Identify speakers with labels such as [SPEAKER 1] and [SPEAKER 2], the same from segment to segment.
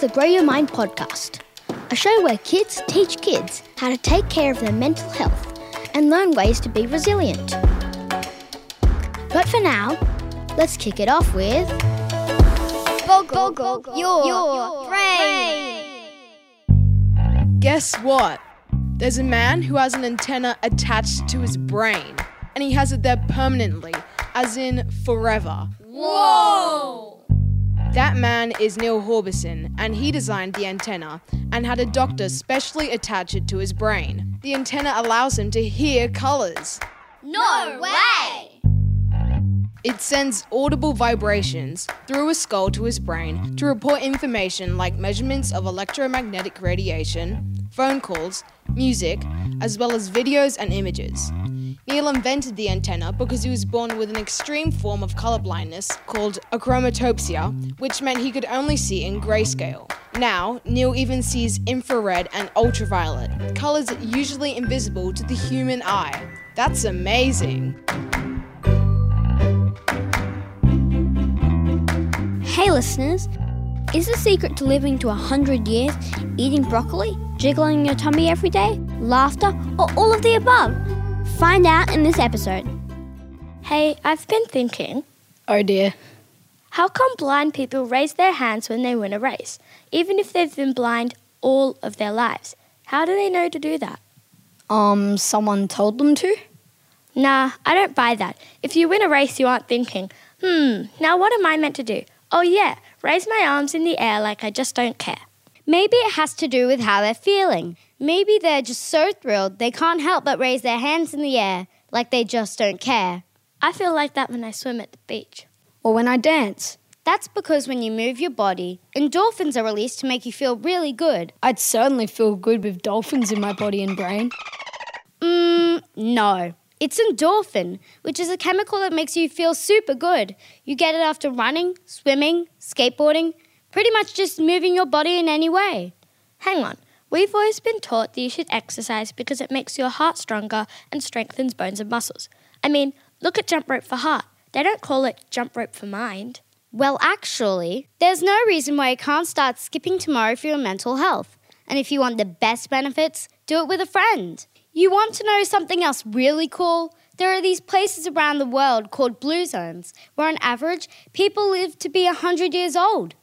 [SPEAKER 1] the Grow Your Mind podcast, a show where kids teach kids how to take care of their mental health and learn ways to be resilient. But for now, let's kick it off with.
[SPEAKER 2] Boggle, your, brain.
[SPEAKER 3] Guess what? There's a man who has an antenna attached to his brain, and he has it there permanently, as in forever. Whoa! That man is Neil Horbison, and he designed the antenna and had a doctor specially attach it to his brain. The antenna allows him to hear colors.
[SPEAKER 2] No way!
[SPEAKER 3] It sends audible vibrations through a skull to his brain to report information like measurements of electromagnetic radiation, phone calls, music, as well as videos and images. Neil invented the antenna because he was born with an extreme form of colorblindness called achromatopsia, which meant he could only see in grayscale. Now, Neil even sees infrared and ultraviolet, colors usually invisible to the human eye. That's amazing.
[SPEAKER 1] Hey listeners, is the secret to living to 100 years eating broccoli, jiggling your tummy every day, laughter, or all of the above? Find out in this episode. Hey, I've been thinking,
[SPEAKER 3] Oh dear.
[SPEAKER 1] how come blind people raise their hands when they win a race, even if they've been blind all of their lives? How do they know to do that?
[SPEAKER 4] Um, someone told them to?
[SPEAKER 1] Nah, I don't buy that. If you win a race, you aren't thinking, hmm, now what am I meant to do? Oh, yeah, raise my arms in the air like I just don't care.
[SPEAKER 2] Maybe it has to do with how they're feeling. Maybe they're just so thrilled they can't help but raise their hands in the air like they just don't care.
[SPEAKER 1] I feel like that when I swim at the beach.
[SPEAKER 4] Or when I dance?
[SPEAKER 2] That's because when you move your body, endorphins are released to make you feel really good.
[SPEAKER 4] I'd certainly feel good with dolphins in my body and brain.
[SPEAKER 2] Mmm, no. It's endorphin, which is a chemical that makes you feel super good. You get it after running, swimming, skateboarding, pretty much just moving your body in any way.
[SPEAKER 1] Hang on, we've always been taught that you should exercise because it makes your heart stronger and strengthens bones and muscles. I mean, look at jump rope for heart. They don't call it jump rope for mind.
[SPEAKER 2] Well, actually, there's no reason why you can't start skipping tomorrow for your mental health. And if you want the best benefits, do it with a friend. You want to know something else really cool? There are these places around the world called blue zones, where on average, people live to be 100 years old.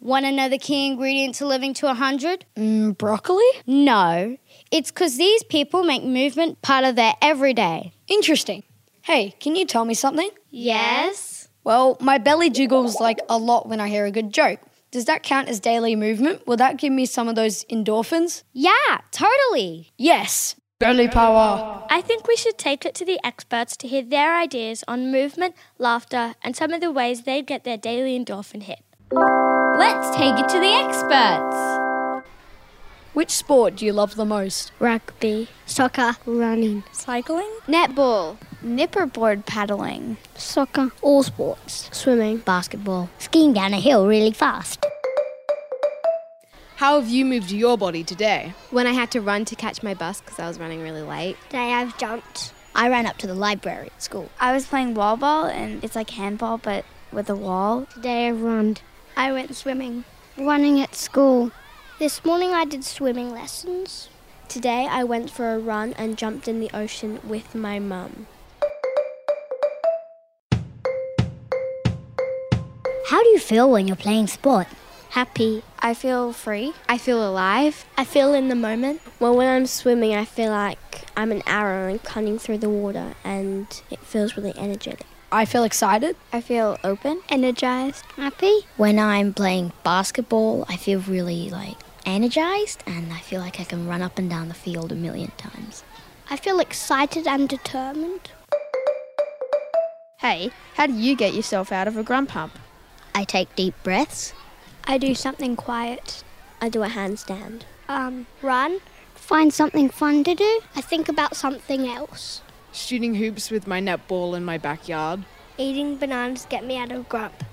[SPEAKER 2] Want to know the key ingredient to living to 100?
[SPEAKER 4] Mm, broccoli?
[SPEAKER 2] No. It's because these people make movement part of their everyday.
[SPEAKER 4] Interesting. Hey, can you tell me something?
[SPEAKER 2] Yes?
[SPEAKER 4] Well, my belly jiggles like a lot when I hear a good joke. Does that count as daily movement? Will that give me some of those endorphins?
[SPEAKER 2] Yeah, totally.
[SPEAKER 4] Yes. Belly power.
[SPEAKER 1] I think we should take it to the experts to hear their ideas on movement, laughter, and some of the ways they get their daily endorphin hit.
[SPEAKER 2] Let's take it to the experts.
[SPEAKER 4] Which sport do you love the most?
[SPEAKER 1] Rugby, soccer, running,
[SPEAKER 2] Netball.
[SPEAKER 5] Nipper board paddling.
[SPEAKER 1] soccer, all sports, swimming, basketball, skiing down a hill really fast.
[SPEAKER 3] How have you moved your body today?
[SPEAKER 6] when I had to run to catch my bus because I was running really late.
[SPEAKER 1] Today I've jumped. I ran up to the library at school.
[SPEAKER 5] I was playing wall ball, and it's like handball, but with a wall.
[SPEAKER 1] Today I've run. I went swimming. Running at school. This morning I did swimming lessons.
[SPEAKER 7] Today I went for a run and jumped in the ocean with my mum.
[SPEAKER 1] How do you feel when you're playing sport? Happy.
[SPEAKER 5] I feel free.
[SPEAKER 6] I feel alive.
[SPEAKER 1] I feel in the moment.
[SPEAKER 7] Well, when I'm swimming, I feel like I'm an arrow and cutting through the water, and it feels really energetic.
[SPEAKER 4] I feel excited.
[SPEAKER 5] I feel open.
[SPEAKER 1] energized, happy. When I'm playing basketball, I feel really like energized and I feel like I can run up and down the field a million times. I feel excited and determined.
[SPEAKER 6] Hey, how do you get yourself out of a grump hump?
[SPEAKER 1] I take deep breaths.
[SPEAKER 7] I do something quiet. I do a handstand.
[SPEAKER 8] um, run, find something fun to do. I think about something else.
[SPEAKER 3] Shooting hoops with my netball in my backyard.
[SPEAKER 8] Eating bananas get me out of grump.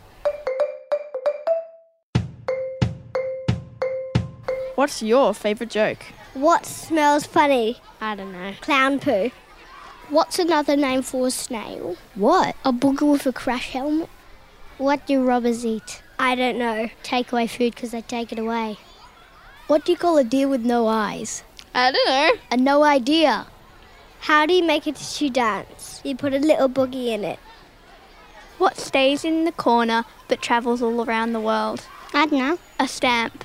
[SPEAKER 6] What's your favourite joke?
[SPEAKER 8] What smells funny?
[SPEAKER 6] I don't know.
[SPEAKER 8] Clown poo. What's another name for a snail?
[SPEAKER 1] What?
[SPEAKER 8] A booger with a crash helmet. What do robbers eat? I don't know. Take away food because they take it away.
[SPEAKER 5] What do you call a deer with no eyes?
[SPEAKER 2] I don't know.
[SPEAKER 5] A no idea.
[SPEAKER 8] How do you make a tissue dance? You put a little boogie in it.
[SPEAKER 5] What stays in the corner but travels all around the world?
[SPEAKER 8] I don't know.
[SPEAKER 5] A stamp.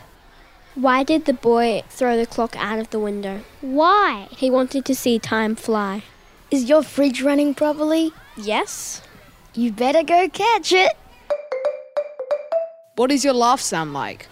[SPEAKER 7] Why did the boy throw the clock out of the window?
[SPEAKER 8] Why?
[SPEAKER 7] He wanted to see time fly.
[SPEAKER 5] Is your fridge running properly?
[SPEAKER 7] Yes?
[SPEAKER 5] You better go catch it.
[SPEAKER 3] What does your laugh sound like?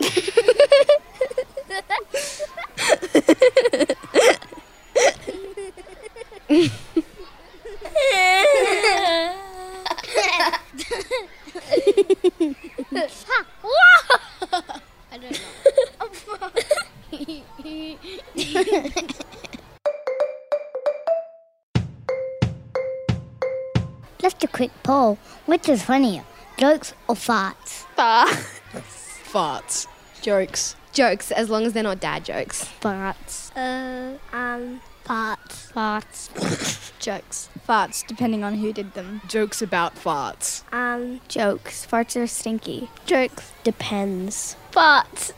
[SPEAKER 8] Just a quick poll. Which is funnier, jokes or farts?
[SPEAKER 3] Farts.
[SPEAKER 4] Jokes.
[SPEAKER 6] Jokes, as long as they're not dad jokes.
[SPEAKER 8] Farts.
[SPEAKER 5] Uh,
[SPEAKER 8] Um, farts. Farts.
[SPEAKER 6] Jokes.
[SPEAKER 9] Farts, depending on who did them.
[SPEAKER 3] Jokes about farts.
[SPEAKER 8] Um,
[SPEAKER 5] jokes. Farts are stinky.
[SPEAKER 6] Jokes.
[SPEAKER 7] Depends.
[SPEAKER 5] Farts.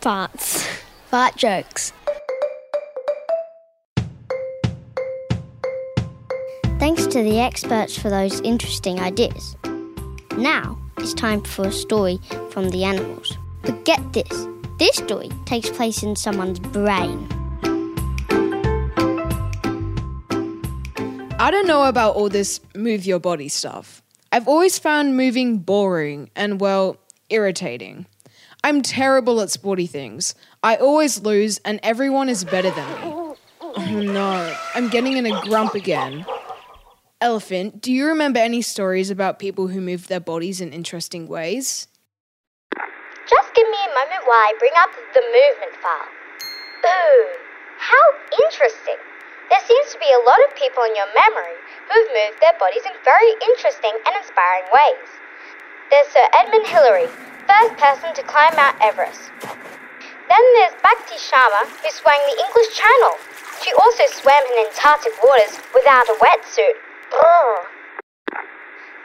[SPEAKER 7] Farts.
[SPEAKER 5] Fart jokes.
[SPEAKER 8] thanks to the experts for those interesting ideas. Now it's time for a story from the animals. But get this this story takes place in someone's brain.
[SPEAKER 3] I don't know about all this move your body stuff. I've always found moving boring and, well, irritating. I'm terrible at sporty things. I always lose, and everyone is better than me. Oh no, I'm getting in a grump again. Elephant, do you remember any stories about people who move their bodies in interesting ways?
[SPEAKER 10] Just give me a moment while I bring up the movement file. Ooh, how interesting. There seems to be a lot of people in your memory who've moved their bodies in very interesting and inspiring ways. There's Sir Edmund Hillary, first person to climb Mount Everest. Then there's Bhakti Sharma, who swam the English Channel. She also swam in Antarctic waters without a wetsuit. Brrr.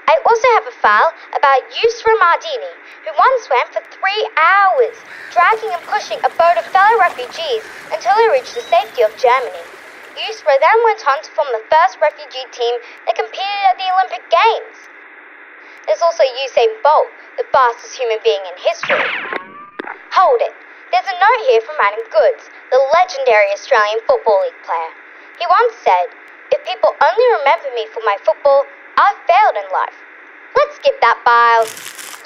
[SPEAKER 10] I also have a file about Yusra Mardini, who once swam for three hours, dragging and pushing a boat of fellow refugees until he reached the safety of Germany. Yusra then went on to form the first refugee team that competed at the Olympic Games. There's also Usain Bolt, the fastest human being in history. Hold it. There's a note here from Adam Goods, the legendary Australian Football League player. He once said, If people only remember me for my football, I've failed in life. Let's skip that file.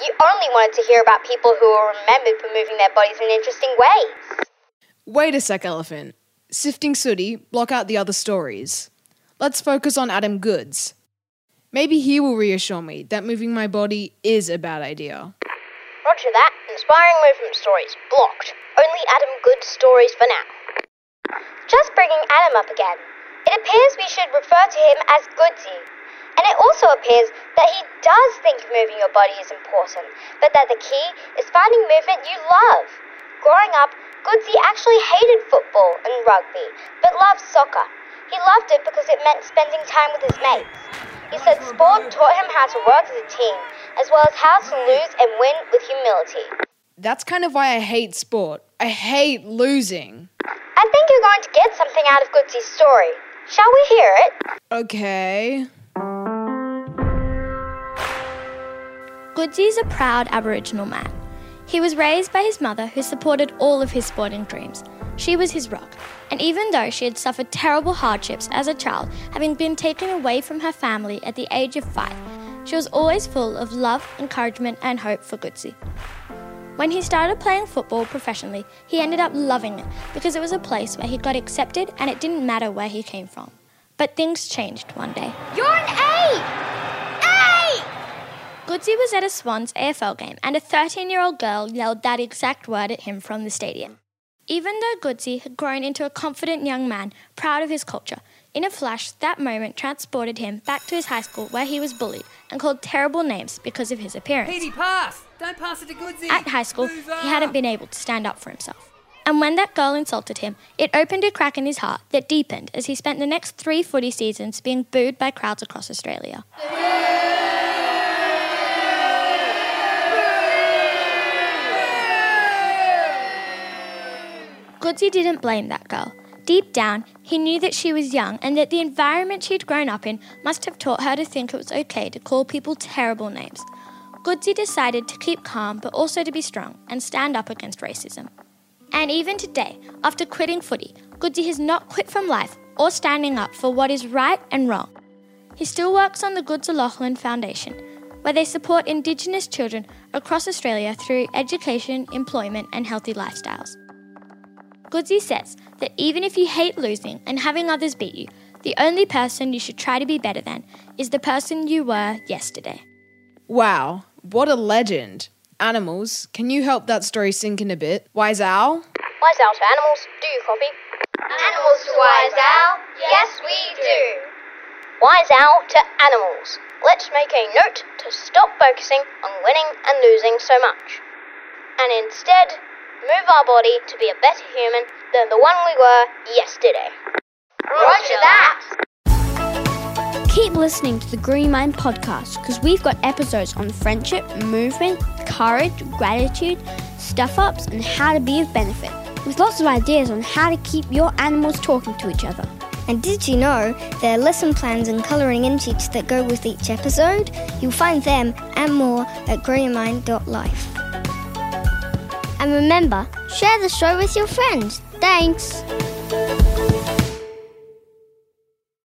[SPEAKER 10] You only wanted to hear about people who are remembered for moving their bodies in interesting ways.
[SPEAKER 3] Wait a sec, Elephant. Sifting Sooty, block out the other stories. Let's focus on Adam Goods. Maybe he will reassure me that moving my body is a bad idea.
[SPEAKER 10] Roger that. Inspiring movement stories. Blocked. Only Adam Good stories for now. Just bringing Adam up again. It appears we should refer to him as Goodsy. And it also appears that he does think moving your body is important, but that the key is finding movement you love. Growing up, Goodsy actually hated football and rugby, but loved soccer. He loved it because it meant spending time with his mates. He said sport taught him how to work as a team, as well as how to lose and win with humility.
[SPEAKER 3] That's kind of why I hate sport. I hate losing.
[SPEAKER 10] I think you're going to get something out of Goodsy's story. Shall we hear it?
[SPEAKER 3] Okay.
[SPEAKER 9] Goodsy is a proud Aboriginal man. He was raised by his mother, who supported all of his sporting dreams. She was his rock, and even though she had suffered terrible hardships as a child, having been taken away from her family at the age of five, she was always full of love, encouragement, and hope for Goodsy. When he started playing football professionally, he ended up loving it because it was a place where he got accepted and it didn't matter where he came from. But things changed one day.
[SPEAKER 10] You're an ape! Ape!
[SPEAKER 9] Goodsey was at a Swans AFL game and a 13 year old girl yelled that exact word at him from the stadium. Even though Goodsey had grown into a confident young man, proud of his culture, in a flash, that moment transported him back to his high school where he was bullied and called terrible names because of his appearance.
[SPEAKER 11] pass! Don't pass it to Goodsy!
[SPEAKER 9] At high school, he hadn't been able to stand up for himself. And when that girl insulted him, it opened a crack in his heart that deepened as he spent the next three footy seasons being booed by crowds across Australia. Goodsy didn't blame that girl. Deep down, he knew that she was young and that the environment she'd grown up in must have taught her to think it was okay to call people terrible names. Goodsy decided to keep calm but also to be strong and stand up against racism. And even today, after quitting footy, Goodsy has not quit from life or standing up for what is right and wrong. He still works on the Goods O'Loughlin Foundation, where they support Indigenous children across Australia through education, employment, and healthy lifestyles. Goodsy says that even if you hate losing and having others beat you, the only person you should try to be better than is the person you were yesterday.
[SPEAKER 3] Wow, what a legend. Animals, can you help that story sink in a bit? Wise owl?
[SPEAKER 10] Wise owl to animals, do you copy? Animals to wise owl, yes we do. Wise owl to animals. Let's make a note to stop focusing on winning and losing so much. And instead, move our body to be a better human than the one we were yesterday. Roger that!
[SPEAKER 1] Keep listening to the Green Mind podcast because we've got episodes on friendship, movement, courage, gratitude, stuff ups, and how to be of benefit, with lots of ideas on how to keep your animals talking to each other.
[SPEAKER 8] And did you know there are lesson plans and colouring in sheets that go with each episode? You'll find them and more at greenmind.life.
[SPEAKER 1] And remember,
[SPEAKER 8] share the show with your friends. Thanks.